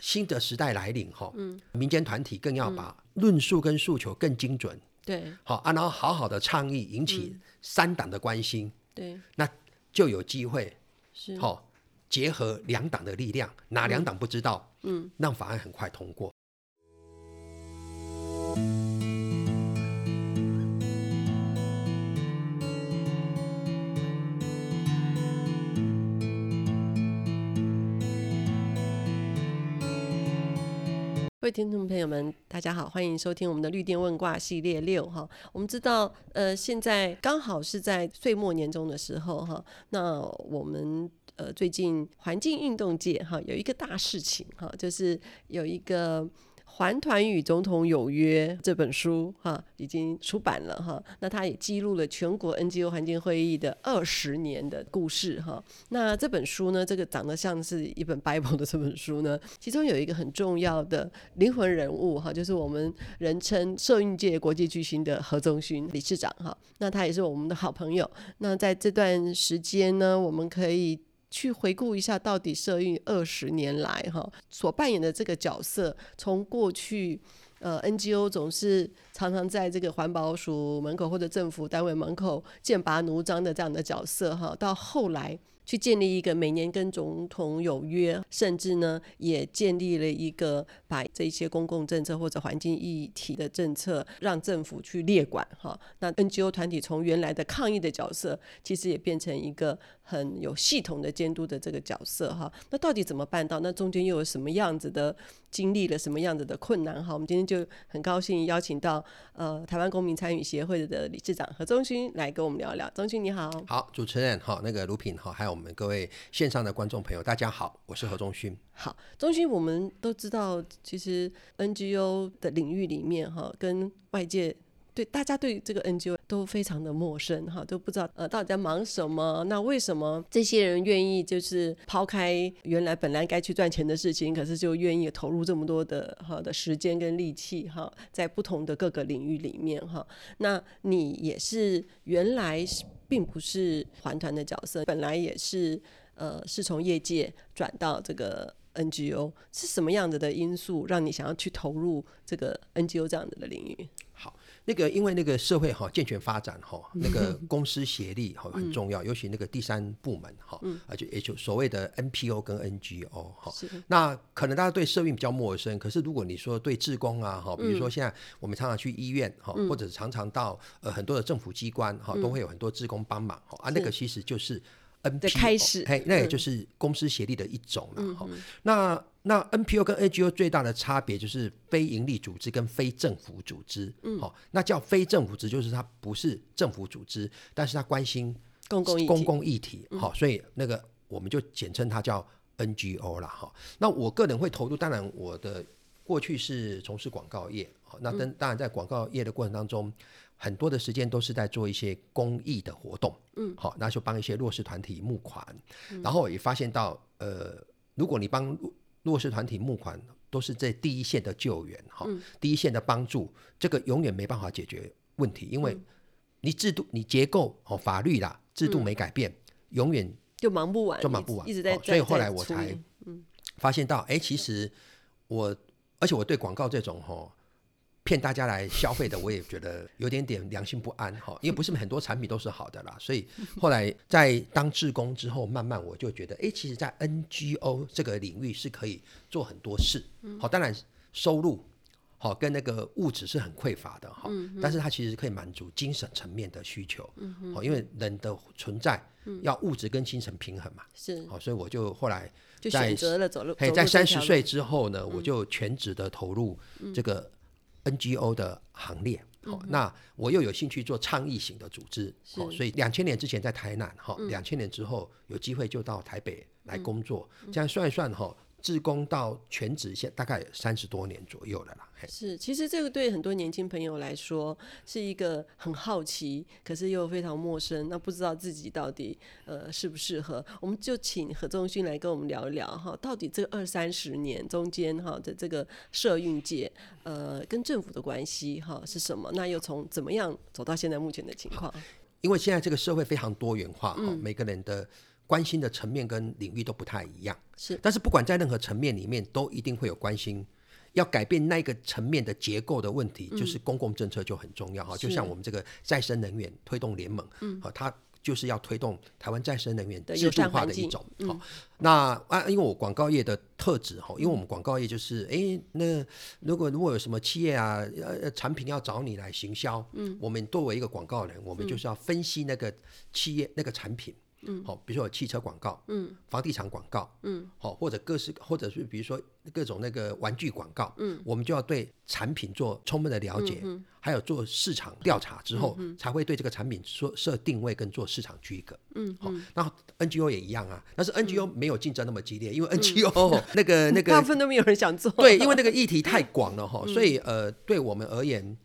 新的时代来临哈，嗯，民间团体更要把论述跟诉求更精准，对好啊，然后好好的倡议，引起三党的关心，对那就有机会是，好、结合两党的力量，哪两党不知道，嗯，让法案很快通过。各位听众朋友们，大家好，欢迎收听我们的绿电问卦系列六哈。我们知道，呃，现在刚好是在岁末年终的时候哈，那我们。呃，最近环境运动界哈有一个大事情哈，就是有一个《环团与总统有约》这本书哈已经出版了哈，那它也记录了全国 NGO 环境会议的二十年的故事哈。那这本书呢，这个长得像是一本 Bible 的这本书呢，其中有一个很重要的灵魂人物哈，就是我们人称社运界国际巨星的何宗勋理事长哈。那他也是我们的好朋友。那在这段时间呢，我们可以。去回顾一下，到底社运二十年来哈所扮演的这个角色，从过去呃 NGO 总是常常在这个环保署门口或者政府单位门口剑拔弩张的这样的角色哈，到后来去建立一个每年跟总统有约，甚至呢也建立了一个把这些公共政策或者环境议题的政策让政府去列管哈。那 NGO 团体从原来的抗议的角色，其实也变成一个很有系统的监督的这个角色哈。那到底怎么办到？那中间又有什么样子的经历了什么样子的困难哈？我们今天就很高兴邀请到呃台湾公民参与协会的理事长何宗勋来跟我们聊聊。宗勋你好，好，主持人哈，那个卢品哈，还有我们各位线上的观众朋友，大家好，我是何中勋。好，中勋，我们都知道，其实 NGO 的领域里面哈，跟外界对大家对这个 NGO 都非常的陌生哈，都不知道呃到底在忙什么。那为什么这些人愿意就是抛开原来本来该去赚钱的事情，可是就愿意投入这么多的哈的时间跟力气哈，在不同的各个领域里面哈？那你也是原来是并不是环团的角色，本来也是呃是从业界转到这个 NGO，是什么样子的因素让你想要去投入这个 NGO 这样子的领域？那个因为那个社会哈健全发展哈，那个公私协力哈很重要，尤其那个第三部门哈，而且也就所谓的 NPO 跟 NGO 哈。是那可能大家对社运比较陌生，可是如果你说对志工啊哈，比嗯如说现在我们常常去医院哈，或者常常到呃很多的政府机关嗯哈，都会有很多志工帮忙哈啊，那个其实就是。NPO 的开始嗯嘿，那也就是公司协力的一种了哈、那那 NPO 跟 NGO 最大的差别就是非营利组织跟非政府组织，好、嗯那叫非政府组织就是它不是政府组织，但是它关心公共议公题，嗯共议题，好、所以那个我们就简称它叫 NGO 啦，哈。那我个人会投入，当然我的过去是从事广告业，好，嗯那当当然在广告业的过程当中，很多的时间都是在做一些公益的活动，嗯，好，那就帮一些弱势团体募款，嗯然后也发现到，呃，如果你帮弱弱势团体募款。都是在第一线的救援哈，嗯第一线的帮助，这个永远没办法解决问题，因为你制度、你结构、哦法律啦，制度没改变，永远就忙不完，就忙不完一直一直在。哦所以在后来在我处才理嗯发现到，哎，其实我，而且我对广告这种哈、哦骗大家来消费的，我也觉得有点点良心不安哈、因为不是很多产品都是好的啦，所以后来在当志工之后，慢慢我就觉得，哎，其实，在 NGO 这个领域是可以做很多事，嗯好、当然收入。好，跟那个物质是很匮乏的哈，嗯但是它其实可以满足精神层面的需求，好，因为人的存在嗯要物质跟精神平衡嘛，是好，所以我就后来就在选择了走路，嘿，走在路这三条十路嗯岁之后呢，我就全职的投入这个 NGO 的行列。好、嗯那我又有兴趣做倡议型的组织，好、所以两千年之前在台南，哈、嗯两千年之后有机会就到台北来工作，嗯这样算一算哈、志工到全职现大概三十多年左右了啦。嘿，是，其实这个对很多年轻朋友来说是一个很好奇，可是又非常陌生，那不知道自己到底呃适不适合。我们就请何宗勋来跟我们聊一聊哈，到底这二三十年中间哈的这个社运界呃跟政府的关系哈是什么？那又从怎么样走到现在目前的情况？嗯因为现在这个社会非常多元化，哈、每个人的关心的层面跟领域都不太一样。是但是不管在任何层面里面，都一定会有关心。要改变那个层面的结构的问题，就是公共政策就很重要哈。嗯是就像我们这个再生能源推动联盟，好、它就是要推动台湾再生能源的制友度善化环的一境嗯种。好、那啊，因为我广告业的特质哈，因为我嗯们广告业就是，诶，那如果如果有什么企业啊，呃，呃产品要找你来行销，嗯，我们作为一个广告人，我们嗯就是要分析那个企业那个产品。嗯，好，比如说有汽车广告，嗯，房地产广告，嗯，好，或者各式，或者是比如说各种那个玩具广告，嗯，我们就要对产品做充分的了解，还有做市场调查之后，才会对这个产品做设定位跟做市场区隔，嗯，好，那 NGO 也一样啊，但是 NGO 没有竞争那么激烈，因为 NGO 那个那大个部分都没有人想做。对，因为那个议题太广了哈，所以呃，对我们而言，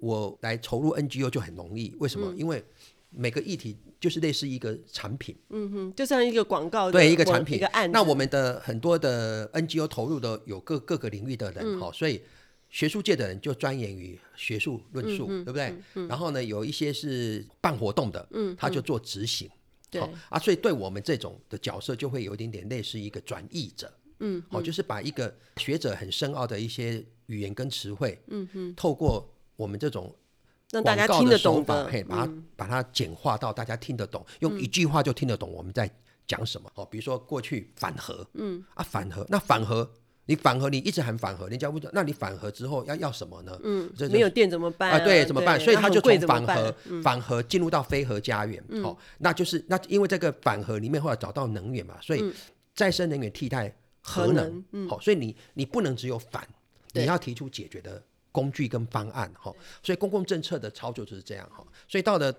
我来投入 NGO 就很容易。为什么？因为每个议题就是类似一个产品，嗯，就像一个广告的对一个某产品一个案子。那我们的很多的 NGO 投入的有各各个领域的嗯人哈、所以学术界的人就钻研于学术论述，嗯对不对、然后呢，有一些是办活动的，嗯，他就做执行。对好啊，所以对我们这种的角色就会有一点点类似一个转译者，嗯，哦，就是把一个学者很深奥的一些语言跟词汇，嗯嗯，透过我们这种让大家广告听的得懂手法的嗯嘿，把它、把它简化到大家听得懂，用一句话就听得懂我们在讲什么。哦，比如说过去反核，嗯啊反核，那反核你反核你一直喊反核，人家问说那你反核之后要要什么呢？嗯，这就没有电怎么办啊，对，怎么办？所以那他很就贵从怎么反办嗯核、反核进入到非核家园，哦，那就是那因为这个反核里面后来找到能源嘛，所以再生能源替代核嗯核能，能嗯好、所以你你不能只有反，对你要提出解决的工具跟方案，哈、所以公共政策的操作就是这样，哈、所以到了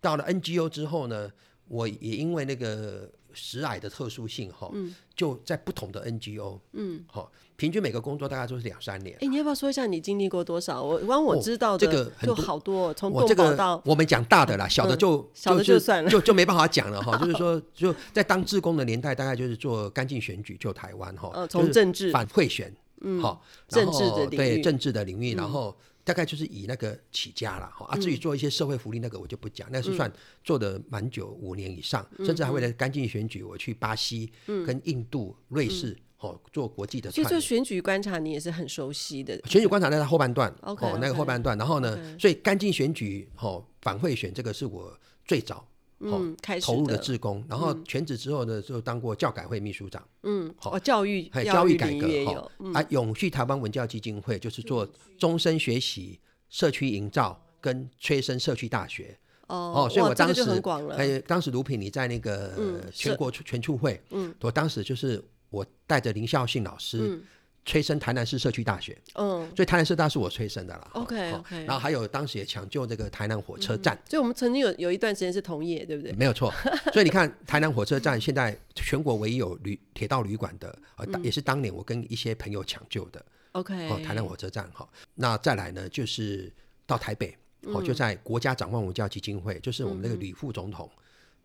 到了 NGO 之后呢，我也因为那个食癌的特殊性，哈、嗯就在不同的 NGO，嗯，好、平均每个工作大概都是两三年。哎，你要不要说一下你经历过多少？我光我哦知道的这个很就多好多，哦从我动这保个到嗯我们讲大的啦，小的就、小的就就是算了就就没办法讲 了哈。就是说，就在当志工的年代，大概就是做干净选举救台湾哈，呃哦就从是政治反贿选，嗯，好，政然治的后领域嗯对政治的领域，然后大概就是以那个起家了哈。啊，至于做一些社会福利那个我就不讲，那嗯是算做的蛮久，五年以上，甚至还为了干净选举，我去巴西、嗯跟印度、瑞士哦做国际的其串实联做。选举观察你也是很熟悉的，选举观察在它后半段 OK，哦，那个 OK 后半段，然后呢 OK 所以干净选举哦，反贿选这个是我最早哦、嗯，开始投入的志工，然后全职之后呢，就当过教改会秘书长，嗯，哦，教育还有教育育改领革域也哈、有，嗯啊，永续台湾文教基金会就是做终身学习、社区营造跟催生社区大学，哦哦，所以哇我这当个就时很广了，哎，当时卢品你在那个嗯呃全是国全处会，嗯，我当时就是我带着林孝信老师嗯催生台南市社区大学。嗯，所以台南社大是我催生的啦。 OK，好 OK 然后还有当时也抢救这个台南火车站，所以我们曾经有有一段时间是同业，对不嗯对？没有 错。所以你看，台南火车站现在全国唯一有旅铁道旅馆的，呃，嗯当也是当年我跟一些朋友抢救的 OK，哦，台南火车站哈、那再来呢，就是到台北，嗯哦，就在国家展望文教基金会，就是我们那个吕副总统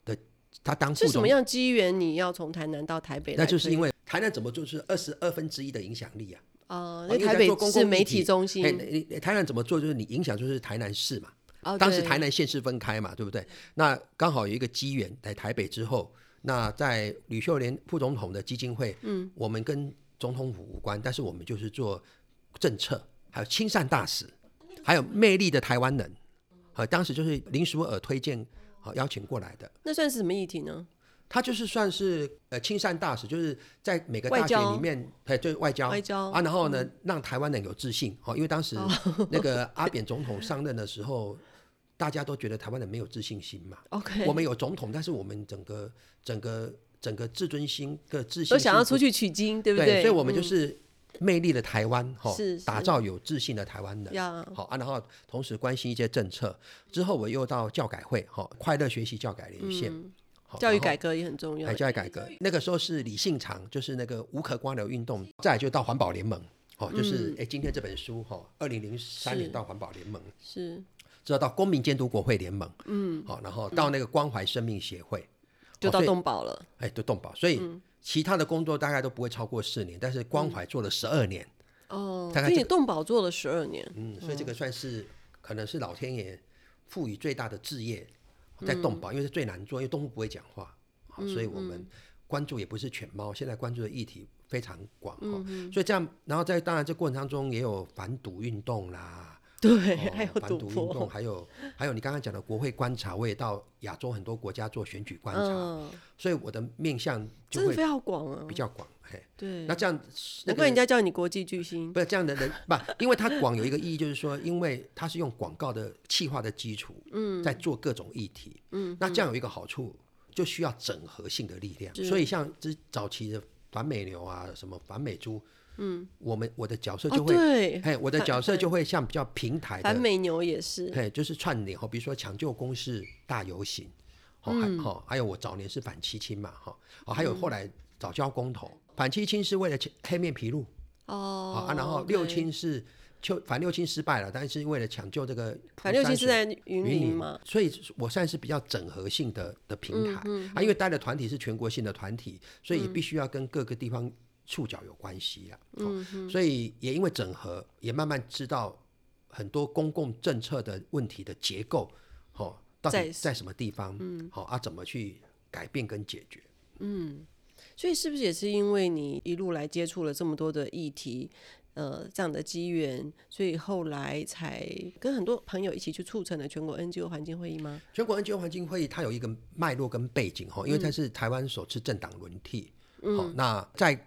的，他当副是什总么，样机缘你要从台南到台北来推？那就是因为为台南怎么就是二十二分之一的影响力啊？啊，因那为台在北做公是共媒议体题中心哎，，你你台南怎么做？就是你影响就是台南市嘛。哦当时对台南县市分开嘛，对不对？那刚好有一个机缘，在台北之后，那在吕秀莲副总统的基金会，嗯，我们跟总统府无关，但是我们就是做政策，还有亲善大使，还有魅力的台湾人，啊，当时就是林淑尔推荐啊邀请过来的。那算是什么议题呢？他就是算是呃亲善大使，就是在每个大外学交里面，哎，对外交外交嗯啊，然后呢，让台湾人有自信哦，因为当时那个阿扁总统上任的时候，大家都觉得台湾人没有自信心嘛。 OK，我们有总统，但是我们整个整个整个自尊心个自信都想心要不出去取经，对不对对？所以我们就嗯是魅力的台湾哈、是打是造有自信的台湾人。呀，好啊，然后同时关心一些政策。之后我又到教改会，哈、快乐学习教改连线，好嗯教育然后改革也很重要哎，。教育改革那个时候是李信长，就是那个无壳瓜牛运动，再来就到环保联盟，哦，就是哎、今天这本书哈，二零零三年嗯是到环保联盟，是之后到公民监督国会联盟，嗯，好、然后到那个关怀生命协会，就哦到所以东嗯宝了，哎，对动保，所以其他的工作大概都不会超过四年，但是嗯关怀做了十二年，哦，大概所以这你动保做了十二年，嗯，所以这个算是可能是老嗯天爷赋予最大的志业在动保，因为是最难做，因为动物不会讲话。哈、所以我们关注也不是犬猫，现在关注的议题非常广嗯哈、所以这样，然后在当然这过程当中也有反赌运动啦， 对，哦还有反赌赌运动，博，还有还有你刚刚讲的国会观察，我也到亚洲很多国家做选举观察，嗯，所以我的面向就真的会非常广啊比，较广。嘿，对那，这样那个难嗯怪人家叫你国际巨星，不是这样的人， 不，因为它广有一个意义，就是说，因为它是用广告的企划的基础，嗯，在做各种议题，嗯，那这样有一个好处，就需要整合性的力量。是所以像之早期的反美牛啊，什么反美猪，嗯，我们我的角色哦就，会，对，嘿，我的反角色反就会像比较平台反的，美牛也是，嘿，就是串联哈，比如说抢救公示大游行，哦，还哦，还有我早年是反七亲嘛，哈，哦，还有后来早教公投，反七亲是为了黑面琵鹭。哦啊，然后六对亲是就反六亲失败了，但是为了抢救这个反正其实在云云林嘛，，所以我算是比较整合性的的平台、嗯啊，因为带的团体是全国性的团体，所以也必须要跟各个地方触角有关系啊。嗯哦所以也因为整合，也慢慢知道很多公共政策的问题的结构，哦，到底在嗯在什么地方，好、啊，怎么去改变跟解决。所以是不是也是因为你一路来接触了这么多的议题，呃，这样的机缘，所以后来才跟很多朋友一起去促成了全国 NGO 环境会议吗？全国 NGO 环境会议它有一个脉络跟背景哈，因为它是台湾首次政党轮替，好、那在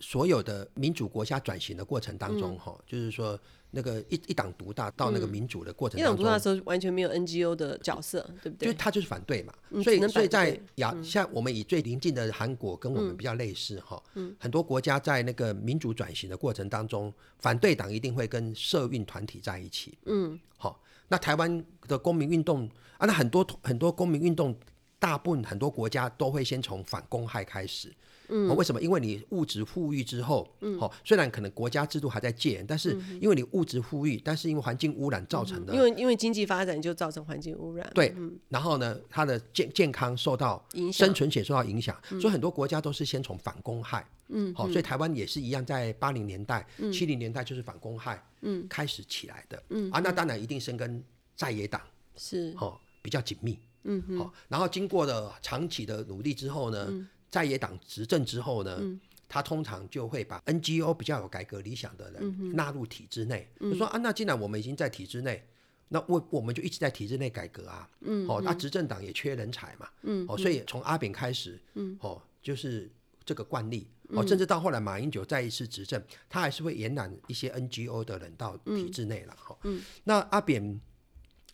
所有的民主国家转型的过程当中哈、就是说那个一一党独大到那个民主的过程因为当我读中，大的时候完全没有 NGO 的角色，对不就对？他就是反对嘛，嗯所只以能所以反在对嗯亚像我们以最邻近的韩国跟我们比较类似哈，嗯很多国家在那个民主转型的过程当中，反对党一定会跟社运团体在一起，嗯，好，那台湾的公民运动啊，那很多很多公民运动，大部分很多国家都会先从反公害开始。嗯、为什么？因为你物质富裕之后，嗯，好、虽然可能国家制度还在戒严，但是嗯因为你物质富裕，但是因为环境污染造成的因为因为经济发展就造成环境污染，对，然后呢，他的健健康受到影响生存且受到嗯影响，所以很多国家都是先从反公害，嗯，好、所以台湾也是一样，在八零年代、七零年代就是反公害，嗯，开始起来的，嗯啊，那当然一定深耕在野党，是哦，比较紧密，嗯，嗯好、然后经过了长期的努力之后呢，在野党执政之后呢，他通常就会把 NGO 比较有改革理想的人纳入体制内，就说啊，那既然我们已经在体制内。那我我们就一直在体制内改革啊，嗯，哦，那执政党也缺人才嘛，嗯，哦，所以从阿扁开始，嗯，哦，就是这个惯例，哦，甚至到后来马英九再一次执政，他还是会延揽一些 NGO 的人到体制内了，哈、嗯，那阿扁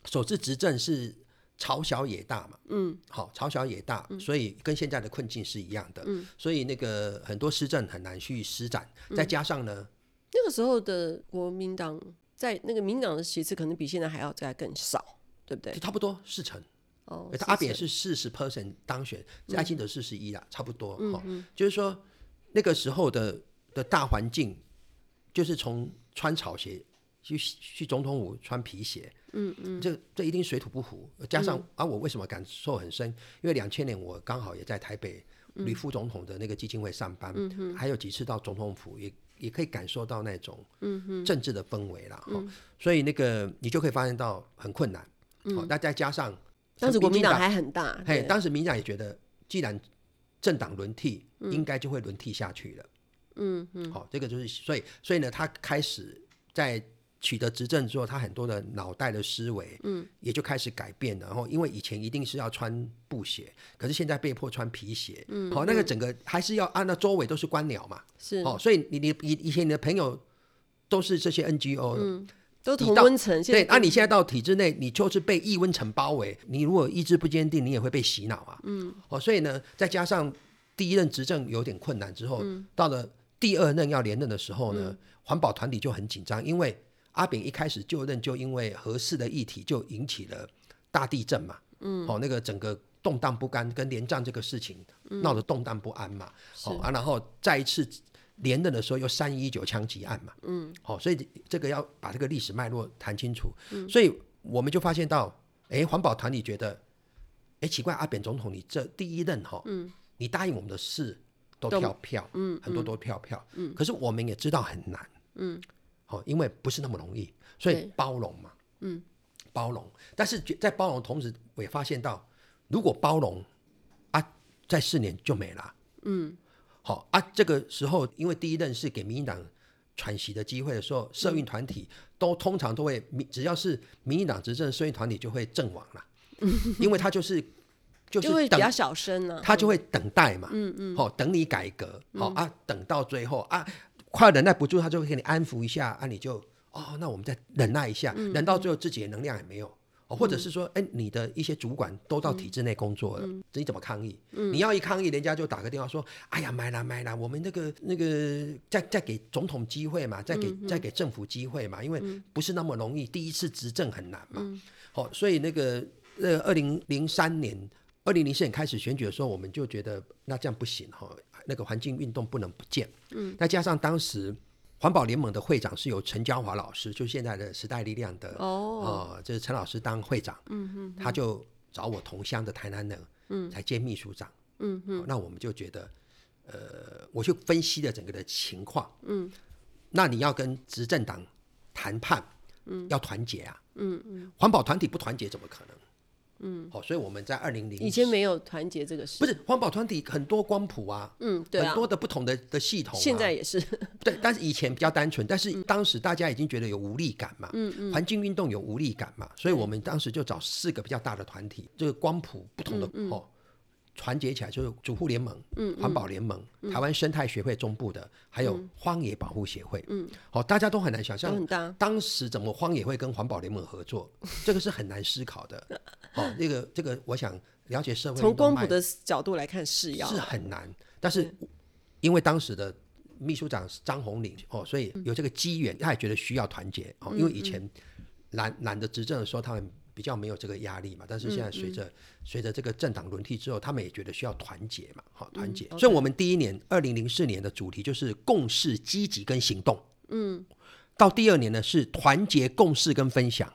首次执政是朝小野大嘛，嗯，好，朝小野大，所以跟现在的困境是一样的，嗯，所以那个很多施政很难去施展，再加上呢，那个时候的国民党在那个民党的席次可能比现在还要再更少，对不对就？差不多四成，哦呃，他阿是扁是四嗯十 percent 当选，赖清德四十一啦，差不多，哦，就是说那个时候的的大环境，就是从穿草鞋。去去总统府穿皮鞋，嗯嗯，这这一定水土不服。加上、啊，我为什么感受很深？因为两千年我刚好也在台北嗯吕副总统的那个基金会上班，还有几次到总统府也。也可以感受到那种嗯政治的氛围啦，哈、所以那个你就可以发现到很困难，好、那再加上嗯当时国民党党还很大，嘿，对当时民进党也觉得，既然政党轮替，应该就会轮替下去了。嗯嗯，好、这个就是所以所以呢，他开始在取得执政之后，他很多的脑袋的思维，嗯，也就开始改变了。然后，因为以前一定是要穿布鞋，可是现在被迫穿皮鞋。嗯，好、那个整个还是要按照周围都是官僚嘛。是哦，所以你你以以前你的朋友都是这些 NGO，、都你同到温层，现对，在那、你现在到体制内，你就是被异温层包围，你如果意志不坚定，你也会被洗脑啊。嗯，哦，所以呢，再加上第一任执政有点困难之后，到了第二任要连任的时候呢，环保团体就很紧张，因为阿扁一开始就任就因为合适的议题就引起了大地震嘛，嗯，哦，那个整个。动荡不安跟连战这个事情闹得动荡不安嘛，好、哦、啊，然后再一次连任的时候又三一九枪击案嘛，嗯，好、所以这个要把这个历史脉络谈清楚，所以我们就发现到，哎，环保团体觉得，哎，奇怪，阿扁总统你这第一任哈、嗯，你答应我们的事都都跳票，嗯，很多都跳票，嗯，可是我们也知道很难，嗯，好、因为不是那么容易，所以对包容嘛，嗯，包容，但是觉在包容的同时，我也发现到，如果包容啊，在四年就没了。嗯，好啊，这个时候因为第一任是给民进党喘息的机会的时候，社运团体都通常都会，民只要是民进党执政的社运团体就会阵亡了，因为他就是就是会比等较小声啊呢、他就会等待嘛，嗯嗯，好、等你改革，好、啊，等到最后啊，快忍耐不住，他就会给你安抚一下，啊，你就哦，那我们再忍耐一下，忍到最后自己的能量也没有。哦，或者是说，哎、你的一些主管都到体制内工作了，这你怎么抗议？你要一抗议，人家就打个电话说：“哎呀，买啦买啦，我们那个那个，再再给总统机会嘛，再给、再给政府机会嘛，因为不是那么容易，第一次执政很难嘛。好、所以那个呃，二零零三年二零零四年开始选举的时候，我们就觉得那这样不行哈，那个环境运动不能不见。嗯，再加上当时环保联盟的会长是由陈嘉华老师，就现在的时代力量的哦，呃，就是陈老师当会长，嗯嗯，他就找我同乡的台南人，嗯，才兼秘书长，嗯嗯、那我们就觉得，呃，我去分析了整个的情况，嗯，那你要跟执政党谈判，嗯，要团结啊，嗯嗯，环保团体不团结怎么可能？嗯，好、所以我们在二零零以前没有团结这个事不。是环保团体很多光谱啊，嗯，对啊很，多的不同的的系统、啊，现在也是。对，但是以前比较单纯，但是嗯当时大家已经觉得有无力感嘛，环境运动有无力感嘛，嗯所以我们当时就找四个比较大的团体，这个光谱不同的、嗯哦，团结起来就是主护联盟、环保联盟、嗯台湾生态学会中部的，还有荒野保护协会，嗯，好、大家都很难想象都很大当时怎么荒野会跟环保联盟合作，这个是很难思考 的，哦，这个这个我想了解社会从运动光脉谱的角度来看是要是啊很难，但是因为当时的秘书长是张宏林哦，所以有这个机嗯缘，他也觉得需要团结哦，因为以前懒懒得执政的时候，他们比较没有这个压力嘛，但是现嗯在随着、随着这个政党轮替之后，他们也觉得需要团结嘛，嗯好、团结。所以我们第一年二零零四年的主题就是共识、积极跟行动，嗯，到第二年呢是团结、共识跟分 享，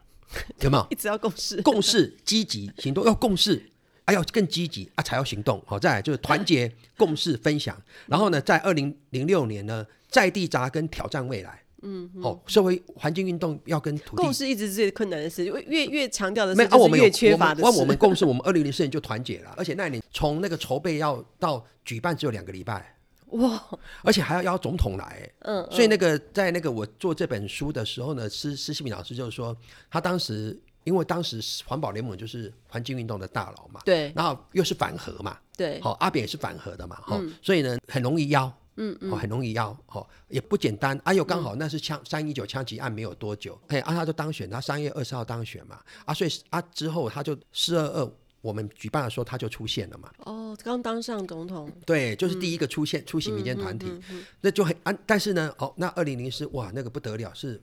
有没有？一直要共识。共识、积极行动，要共识，啊，要更积极啊，才要行动。好、再来就是团结、共识、分享。然后呢，在二零零六年呢，在地扎根挑战未来。嗯，哦，社会环境运动要跟土地共识一直是最困难的事，因为越越强调的没事有啊，我就是们有越缺乏的我事。们我们共识，我们二零零四年就团结了，而且那一年从那个筹备要到举办只有两个礼拜。哇，而且还要邀总统来，嗯，所以那个在那个我做这本书的时候呢，施施新敏老师就是说，他当时因为当时环保联盟就是环境运动的大佬嘛，对然后又是反核嘛，对，好、阿扁也是反核的嘛，好、所以呢很容易邀，嗯嗯、很容易邀，好、也不简单。哎、啊、呦，刚好那是枪三一九枪击案没有多久，哎，啊他就当选，他三月二十号当选嘛，啊所以啊之后他就四二二我们举办的时候他就出现了嘛，哦，刚当上总统，对，就是第一个出现、出席民间团体，那就很啊，但是呢，哦，那二零零四哇那个不得了，是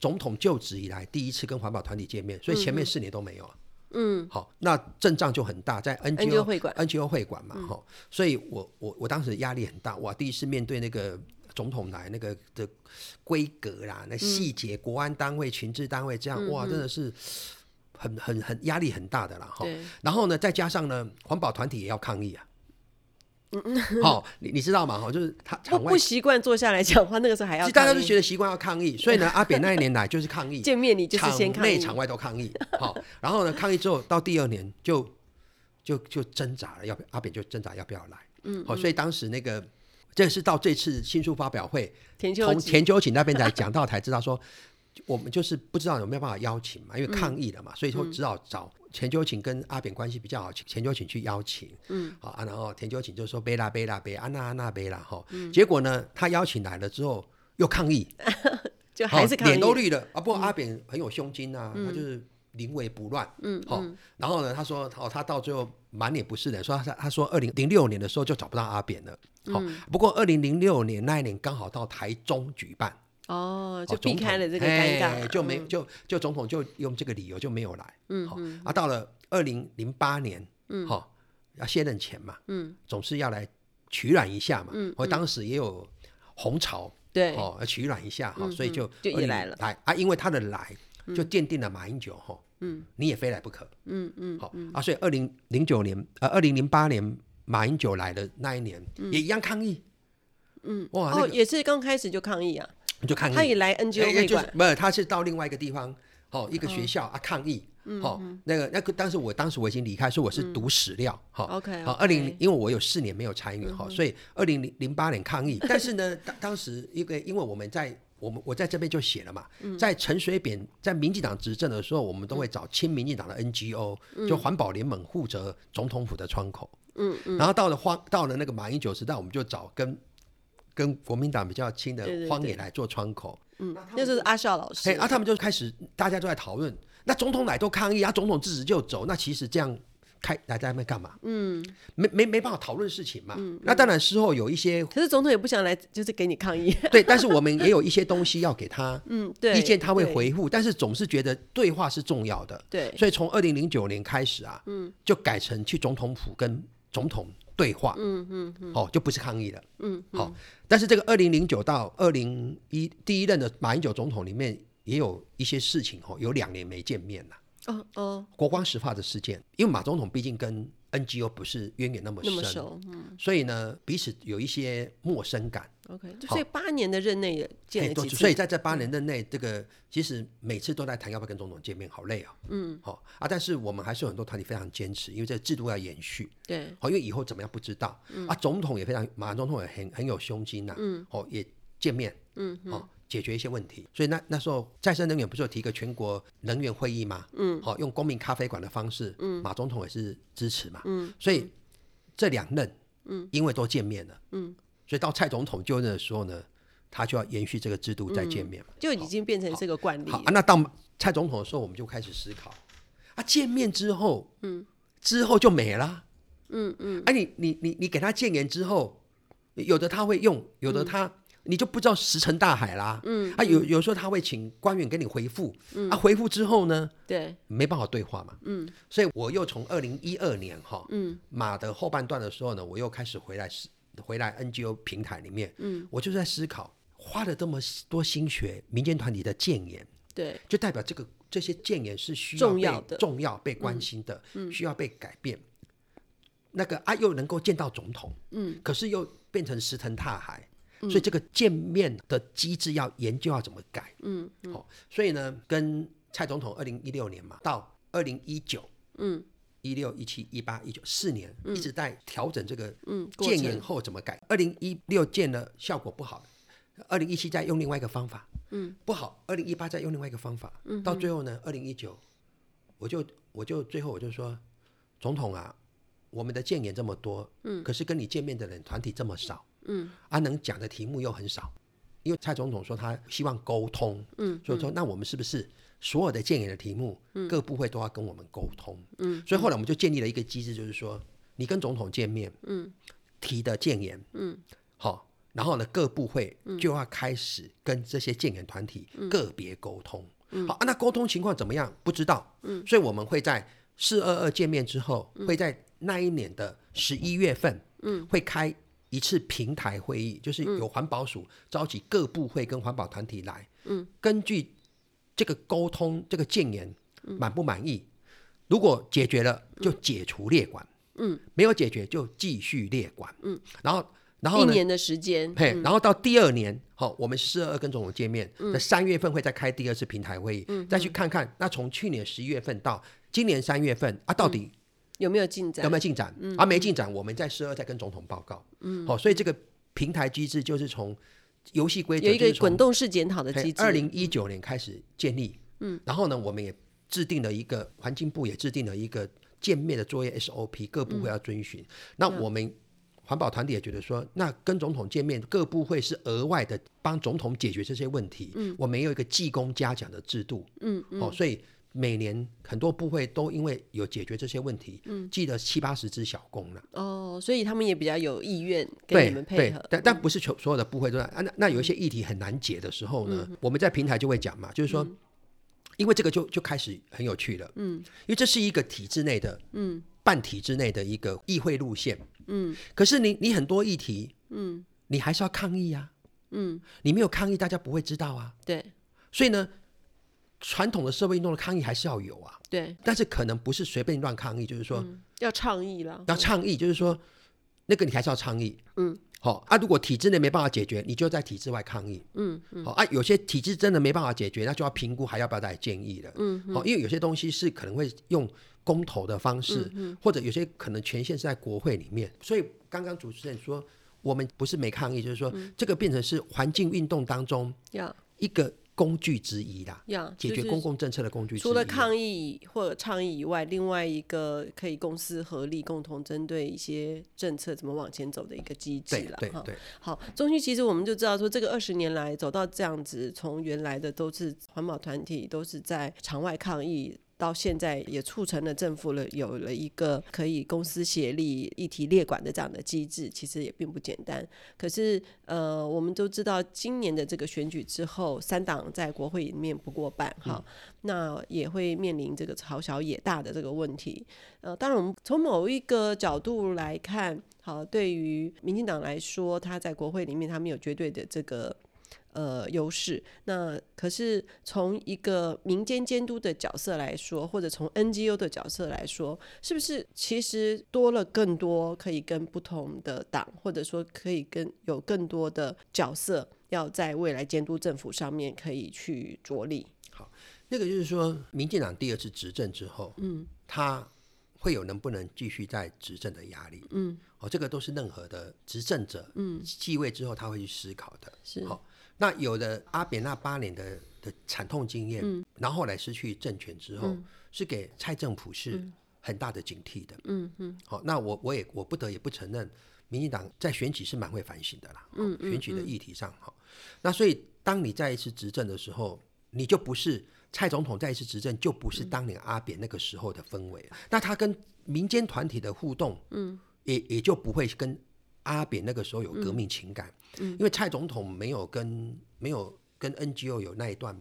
总统就职以来第一次跟环保团体见面，所以前面四年都没有啊。嗯，好，那阵仗就很大，在 NGO 会馆 NGO 会馆嗯嘛，哈、所以我我我当时压力很大，哇，第一次面对那个总统来那个的规格啦，嗯那细节，国安单位、群治单位这样，哇，真的是很很很压力很大的啦，哈。对，然后呢，再加上呢，环保团体也要抗议啊。好、你你知道吗？哈，就是他嗯不场外不，习惯坐下来讲话，那个时候还其要实大家抗都议觉得习惯要抗议，所以呢，阿扁那一年来就是抗议，见面，你就是场先抗内议。场外都抗议。好、然后呢，抗议之后到第二年就就就挣扎了，要不阿扁就挣扎要不要来。嗯，好、所以当时那个这是到这次新书发表会，田秋从瑾，田秋瑾那边才讲到，才知道说我们就是不知道有没有办法邀请嘛，因为抗议了嗯嘛，所以说只好找田秋瑾跟阿扁关系比较好，田秋瑾去邀请，嗯，好啊，然后田秋瑾就说贝拉贝拉贝安娜安娜贝拉哈，嗯结果呢，他邀请来了之后又抗议，就好还是哦抗嗯脸都议。绿了啊。不过阿扁很有胸襟啊，嗯他就是临危不乱。嗯，好、然后呢，他说哦，他到最后满脸不是人，说他他说二零零六年的时候就找不到阿扁了。好、嗯不过二零零六年那一年刚好到台中举办，哦，哦就避总统开了这个哎尴尬，嗯就没就就总统就用这个理由就没有来。嗯，好、啊，到了二零零八年，嗯，好、要卸任前嘛，嗯，总是要来取暖一下嘛。嗯，我、当时也有红潮。对，嗯哦，要取暖一下哈、所以就就20也来了嗯来啊，因为他的来就奠定了马英九哈，嗯，你也非来不可，嗯嗯，好、啊，所以二零零九年呃二零零八年马英九来的那一年、也一样抗议，嗯，哇，那哦，个、也是刚开始就抗议啊，你就抗议，他也来哎 NGO 哎会就馆是，不是他是到另外一个地方。哦，一个学校、啊抗议，嗯哦，那个那个，但是我当时我已经离开，所以我是读史料，哈、 OK，哦哦好， OK 嗯二零因为我有四年没有参与哈，所以二零零零八年抗 议，但是呢，当当时一个因为我们在我们我在这边就写了嘛，嗯在陈水扁在民进党执政的时候，我们都会找亲民进党的 NGO，就嗯环保联盟负责总统府的窗口，嗯嗯，然后到了荒到了那个马英九时代，我们就找跟跟国民党比较亲对对的荒对野来做窗口，嗯，那就是阿笑老师嘿，啊，他们就开始大家都在讨论，那总统来都抗议，啊，总统自己就走，那其实这样开来在那边干嘛？嗯，没没没办法讨论事情嘛。嗯那当然事后有一些可是总统也不想来，就是给你抗 议。对，但是我们也有一些东西要给他嗯，对，意见，他会对。回复，但是总是觉得对话是重要的，对，所以从二零零九年开始啊，嗯，就改成去总统府跟总统对话，嗯嗯嗯，哦，就不是抗议了，嗯，好、但是这个二零零九到二零一第一任的马英九总统里面也有一些事情哦，有两年没见面了。哦哦，国光石化的事件，因为马总统毕竟跟 NGO 不是渊源那么那深，么熟，嗯所以呢彼此有一些陌生感。 ，OK，就好所以八年的任内也见哎，了都几所以次，在这八年任内，这个其实每次都在谈要不要跟总统见面，好累啊、嗯，好、啊，但是我们还是有很多团体非常坚持，因为这个制度要延续。对，好，因为以后怎么样不知道、啊。总统也非常，马总统也很很有胸襟呐、嗯，哦，也见面，嗯，哦，解决一些问题。所以那那时候再生能源不是有提一个全国能源会议吗？嗯，好、用公民咖啡馆的方式，嗯，马总统也是支持嘛，嗯，所以这两任，嗯，因为都见面了，嗯，所以到蔡总统就任的时候呢，他就要延续这个制度再见面嘛。就已经变成这个惯例好、了啊，那到蔡总统的时候，我们就开始思考啊，见面之后，嗯，之后就没了，嗯嗯，哎、你你你你给他建言之后，有的他会用，有的他。你就不知道石沉大海啦，嗯啊，有有时候他会请官员给你回复，嗯、啊，回复之后呢，对，没办法对话嘛，嗯，所以我又从二零一二年哈，嗯，马的后半段的时候呢，我又开始回来思回来 NGO 平台里面，嗯，我就在思考，花了这么多心血，民间团体的建言，对，就代表这个这些谏言是需重被要的嗯重要被关心的，需要被改变。那个啊，又能够见到总统，嗯，可是又变成石沉大海，嗯所以这个见面的机制要研究要怎么改，嗯，哦，所以呢，跟蔡总统二零一六年嘛，到二零一九，嗯，一六、一七、一八、一九四年，一直在调整这个嗯，过建言程，后怎么改？二零一六建了效果不好，二零一七再用另外一个方法，嗯，不好，二零一八再用另外一个方法，嗯，到最后呢，二零一九，我就我就最后我就说，总统啊，我们的建言这么多，嗯，可是跟你见面的人团体这么少，嗯，啊，能讲的题目又很少，因为蔡总统说他希望沟通，嗯，所以说那我们是不是？所有的建言的题目，各部会都要跟我们沟通。嗯，所以后来我们就建立了一个机制，就是说，你跟总统见面，提的建言，嗯，好、然后呢，各部会就要开始跟这些建言团体个别沟通。好、啊，那沟通情况怎么样？不知道，嗯，所以我们会在四二二见面之后，会在那一年的十一月份，嗯，会开一次平台会议，就是由环保署召集各部会跟环保团体来，嗯，根据这个沟通这个建言满不满意，如果解决了，就解除列管。没有解决就继续列管。嗯，然后然后一呢？年的时间，嘿，然后到第二年，好、我们四二跟总统见面，嗯那三月份会再开第二次平台会议，再去看看。那从去年十一月份到今年三月份啊，到底有没有嗯进展嗯有？没有进展？啊，没进展，我们在四二再跟总统报告。嗯，好、所以这个平台机制就是从游戏规则有一就个是从滚动式检讨的机制，二零一九年开始建立，嗯，然后呢，我们也制定了一个环境部也制定了一个见面的作业 SOP，各部会要遵循。那我们环保团体也觉得说，那跟总统见面，各部会是额外的帮总统解决这些问题。嗯，我们也有一个技工嘉奖的制度，嗯，哦，所以。每年很多部会都因为有解决这些问题，嗯，记得七八十只小工了。哦，所以他们也比较有意愿跟对你们配合对，，但但不是全所有的部会都在啊。那那有一些议题很难解的时候呢，我们在平台就会讲嘛，就是说，因为这个就就开始很有趣了，嗯，因为这是一个体制内的，嗯，半体制内的一个议会路线，嗯，可是你你很多议题，嗯，你还是要抗议啊，嗯，你没有抗议，大家不会知道啊，对所以呢，传统的社会运动的抗议还是要有啊，对，但是可能不是随便嗯乱抗议，就是说，要倡议啦，要倡议，就是说那个你还是要倡议，嗯，好、啊，如果体制内没办法解决，你就在体制外抗议。嗯好、啊，有些体制真的没办法解决，那就要评估还要不要再建议了。嗯，好、因为有些东西是可能会用公投的方式，嗯或者有些可能权限是在国会里面。所以刚刚主持人说，我们不是没抗议，就是说、嗯这个变成是环境运动当中要一个工具之一啦，要解决公。共政策的工具之一。啊除了抗议或者倡议以外，另外一个可以公司合力共同针对一些政策怎么往前走的一个机制对了对哈。对，好，中区其实我们就知道说，这个二十年来走到这样子，从原来的都是环保团体，都是在场外抗议。到现在也促成了政府了有了一个可以公私协力一体列管的这样的机制，其实也并不简单。可是呃，我们都知道今年的这个选举之后，三党在国会里面不过半哈，那也会面临这个朝小野大的这个问题。呃，当然，我们从某一个角度来看，好，对于民进党来说，他在国会里面他没有绝对的这个呃优势。那可是从一个民间监督的角色来说，或者从 NGO 的角色来说，是不是其实多了更多可以跟不同的党，或者说可以跟有更多的角色，要在未来监督政府上面可以去着力？那个就是说，民进党第二次执政之后，嗯，他会有能不能继续在执政的压力，嗯，哦，这个都是任何的执政者，嗯，继位之后他会去思考的。是好、那有的阿扁那八年的的惨痛经验，然后后来失去政权之后，是给蔡政府是很大的警惕的。嗯嗯。好、那我我也我不得也不承认，民进党在选举是蛮会反省的啦。嗯选举的议题上，哈、那所以当你再一次执政的时候，你就不是蔡总统再一次执政，就不是当年阿扁那个时候的氛围。那他跟民间团体的互动，嗯，也也就不会跟阿扁那个时候有革命情感。因为蔡总统没有跟没有跟 NGO 有那一段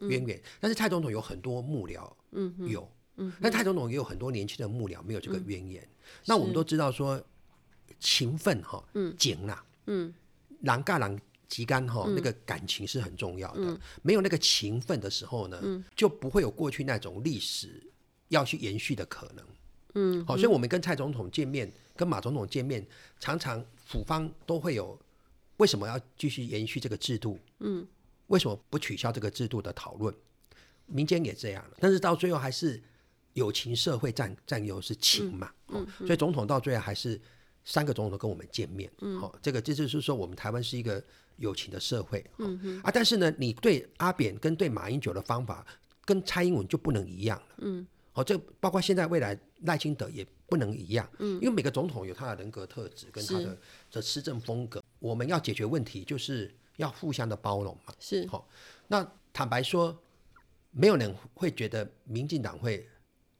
渊源，但是蔡总统有很多幕僚，嗯，有，嗯，但蔡总统也有很多年轻的幕僚没有这个渊源。那我们都知道说，勤奋哈，嗯，俭呐，嗯，狼尬狼。极干哈，那个感情是很重要的。没有那个勤奋的时候呢，就不会有过去那种历史要去延续的可能。嗯，好、所以我们跟蔡总统见面，跟马总统见面，常常府方都会有为什么要继续延续这个制度？嗯，为什么不取消这个制度的讨论？民间也这样，但是到最后还是友情社会占占优是情嘛、哦所以总统到最后还是三个总统都跟我们见面，嗯，哦，这个这就是说我们台湾是一个友情的社会，哦、啊，但是呢，你对阿扁跟对马英九的方法跟蔡英文就不能一样了，嗯，哦，这包括现在未来赖清德也不能一样，嗯，因为每个总统有他的人格特质跟他的的施政风格，我们要解决问题就是要互相的包容嘛，是好、那坦白说，没有人会觉得民进党会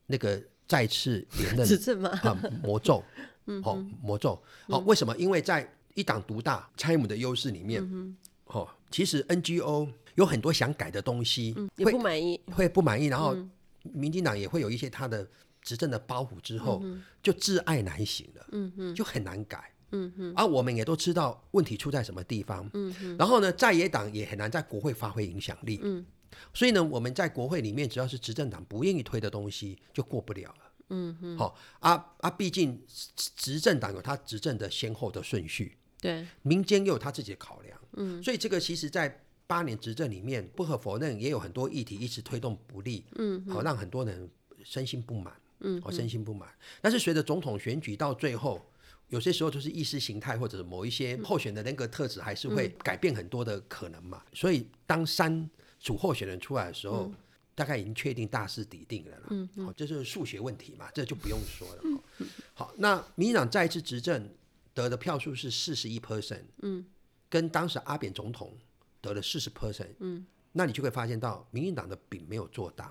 那个再次连任执政吗？啊、魔 咒，嗯好、魔咒，好、为什么？因为在一党独大、蔡英文的优势里嗯面，哦，其实 NGO 有很多想改的东西，嗯也会不满意，会不满意，然后民进党也会有一些他的执政的包袱，之后、就挚爱难行了，嗯嗯，就很难改，嗯嗯，而、我们也都知道问题出在什么地方，嗯嗯，然后呢，在野党也很难在国会发挥影响力，嗯，所以呢，我们在国会里面只要是执政党不愿意推的东西，就过不了了。嗯哼，好、啊啊！毕竟执执政党有他执政的先后的顺序，对，民间也有他自己的考量，嗯，所以这个其实，在八年执政里面，不可否认也有很多议题一直推动不利，嗯，好、让很多人身心不满，嗯，好、身心不满。但是随着总统选举到最后，有些时候就是意识形态或者是某一些候选的人格特质，还是会改变很多的可能嘛。所以当三组候选人出来的时候。大概已经确定大势底定了啦，嗯，好、这就是数学问题嘛，这就不用说了。哦好，那民进党再一次执政，得的票数是四十一 percent，嗯，跟当时阿扁总统得了四十 percent，嗯，那你就会发现到民进党的饼没有做大，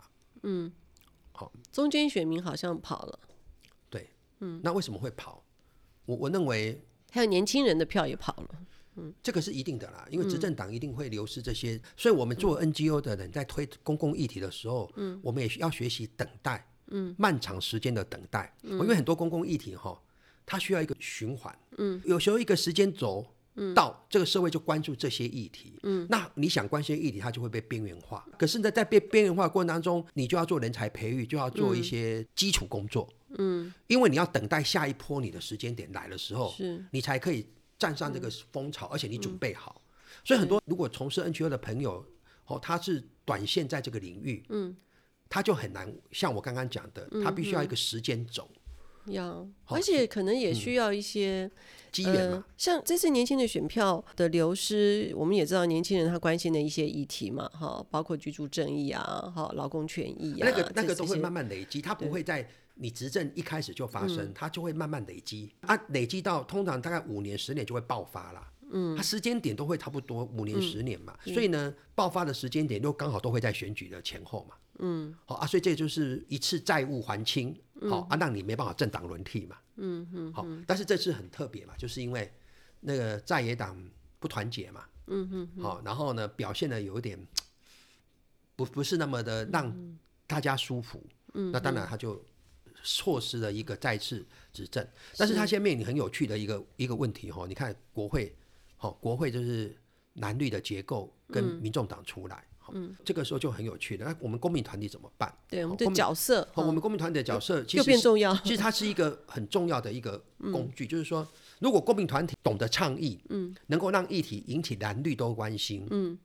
中间选民好像跑了。对，嗯，那为什么会跑？我我认为还有年轻人的票也跑了，这个是一定的啦，因为执政党一定会流失这些，所以我们做 NGO 的人在推公共议题的时候，嗯，我们也需要学习等待，嗯，漫长时间的等待，嗯、因为很多公共议题哈，它需要一个循环，嗯，有时候一个时间轴。到这个社会就关注这些议题，嗯，那你想关心议题，它就会被边缘化。可是呢，在被边缘化的过程当中，你就要做人才培育，就要做一些基础嗯工作，嗯，因为你要等待下一波你的时间点来的时候，是你才可以站上这个风潮，而且你准备好。所以很多如果从事 NGO 的朋友，哦，他是短线在这个领域，嗯，他就很难像我刚刚讲的，他必须要一个时间轴、要，而且可能也需要一些、机缘嗯嘛。呃。像这次年轻的选票的流失，我们也知道年轻人他关心的一些议题嘛，哈，包括居住正义啊，哈，劳工权益啊，那个那这个都这会些慢慢累积，它不会在你执政一开始就发生，它就会慢慢累积啊，累积到通常大概五年十年就会爆发啦。嗯，它时间点都会差不多五年十年嘛，所以呢，爆发的时间点又刚好都会在选举的前后嘛。嗯，好、啊，所以这就是一次债务还清，好、啊，让你没办法政党轮替嘛。嗯嗯，好、但是这次很特别嘛，就是因为那个在野党不团结嘛。嗯嗯，好、然后呢，表现的有一点不不是那么的让大家舒服，嗯，那当然他就错失了一个再次执政。但是他现在面临很有趣的一个一个问题哈、哦，你看国会，好、哦，国会就是蓝绿的结构跟民众党出来，好、这个时候就很有趣的。那我们公民团体怎么办？对我们哦的公民角色，哦，我哈们公民团体的角色其又实变是重要。其实它是一个很重要的一个工具，就是说，如果公民团体懂得倡议，嗯，能够让议题引起蓝绿都关心，嗯，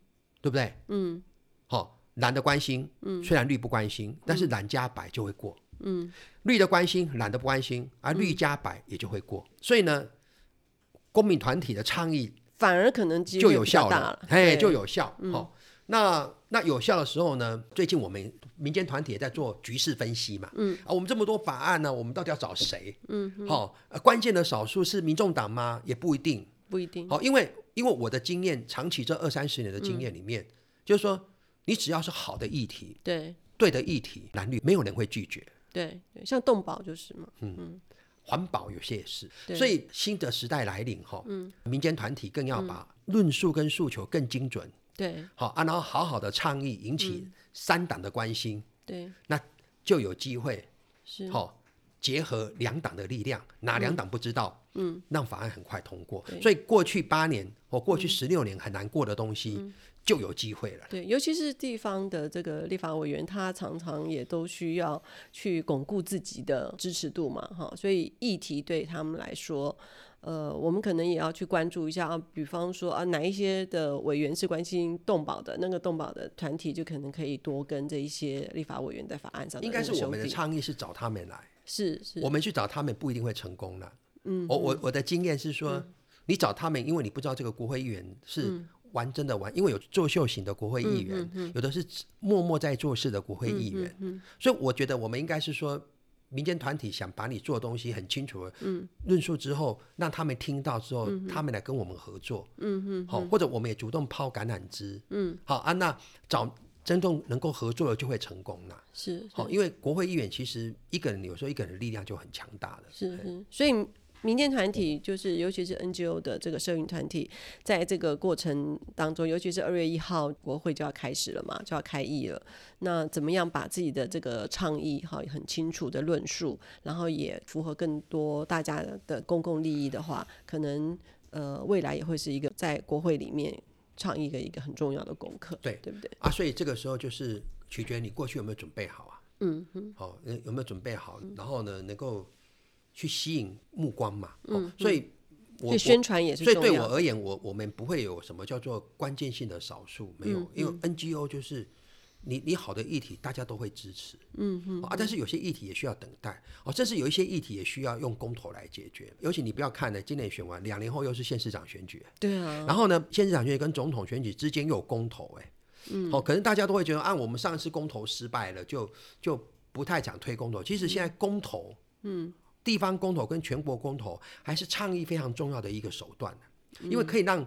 对不对？嗯，好、蓝的关心，嗯，虽然绿不关心，但是蓝加白就会过，嗯，绿的关心，蓝的不关心，而绿加白也就会过，所以呢，公民团体的倡议反而可能机就会有比较效大了，哎，对嗯就有效。好、那那有效的时候呢，最近我们民间团体也在做局势分析嘛，嗯，啊，我们这么多法案呢，我们到底要找谁？嗯，好、呃关键的少数是民众党吗？也不一定。不一定。好、因为因为我的经验，长期这二三十年的嗯经验里面，就是说，你只要是好的议题，对对的议题，蓝绿没有人会拒绝。对，对像动保就是嘛，环保有些也是，对所以新的时代来临哈，嗯，民间团体更要嗯把论述跟诉求更精准，对好啊，然后好好的倡议，引起三党的关心，对就有机会，是，好、结合两党的力量，哪两党不知道，嗯，让法案很快通过。所以过去八年或过去十六年很难过的东西，就有机会了。对，尤其是地方的这个立法委员，他常常也都需要去巩固自己的支持度嘛，哈，所以议题对他们来说，呃，我们可能也要去关注一下啊，比方说啊，哪一些的委员是关心动保的，那个动保的团体就可能可以多跟这一些立法委员在法案上的应该是那个我们修的订倡议是找他们来，是是我们去找他们不一定会成功的。嗯，我我我的经验是说，你找他们，因为你不知道这个国会议员是玩真的玩，因为有作秀型的国会议员，有的是默默在做事的国会议员，所以我觉得我们应该是说。民间团体想把你做的东西很清楚的论述之后，让他们听到之后，他们来跟我们合作，嗯嗯，好，或者我们也主动抛橄榄枝，嗯，好啊，那找真正能够合作的就会成功啦。是好，因为国会议员其实一个人有时候一个人的力量就很强大的。是是，所以民间团体就是，尤其是 NGO 的这个社运团体，在这个过程当中，尤其是二月一号国会就要开始了嘛，就要开议了。那怎么样把自己的这个倡议哈很清楚的论述，然后也符合更多大家的公共利益的话，可能呃未来也会是一个在国会里面倡议的一个很重要的功课，对对不对？啊，所以这个时候就是取决你过去有没有准备好啊。嗯嗯。好、呃有没有准备好？嗯然后呢，能够去吸引目光嘛。哦、所以我所以我嗯宣传也是所以重对我要的，而言，我我们不会有什么叫做关键性的少数，没嗯有，因为 NGO 就是你你好的议题，大家都会支持，嗯嗯啊，但是有些议题也需要等待哦，甚至有一些议题也需要用公投来解决。尤其你不要看呢，今年选完，两年后又是县市长选举，对啊，然后呢，县市长选举跟总统选举之间又有公投、哎，嗯，哦，可能大家都会觉得，啊，我们上一次公投失败了，就就不太想推公投。其实现在公投，嗯，地方公投跟全国公投还是倡议非常重要的一个手段，啊因为可以让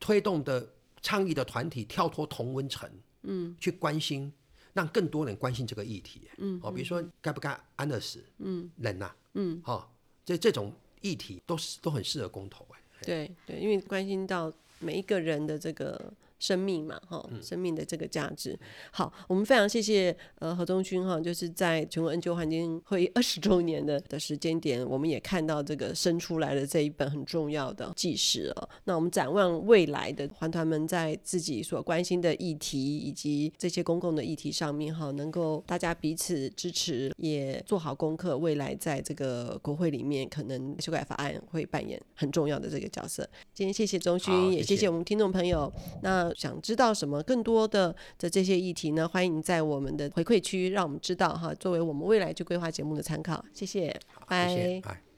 推动的倡议的团体跳脱同温层，嗯，去关心。让更多人关心这个议题，嗯，哦，比如说该不该安乐死，嗯，人呐、嗯，哦，这这种议题都是都很适合公投，哎，对对，因为关心到每一个人的这个生命嘛，哈，生命的这个价值。好，我们非常谢谢呃何中勋哈，就是在全国 NGO 环境会议二十周年的的时间点，我们也看到这个生出来的这一本很重要的纪实哦。那我们展望未来的环团们在自己所关心的议题以及这些公共的议题上面哈，能够大家彼此支持，也做好功课，未来在这个国会里面可能修改法案会扮演很重要的这个角色。今天谢谢好中勋，也谢谢谢谢我们听众朋友。那想知道什么更多的的这些议题呢？欢迎在我们的回馈区让我们知道哈，作为我们未来去规划节目的参考。谢谢，哎好谢谢，拜。拜。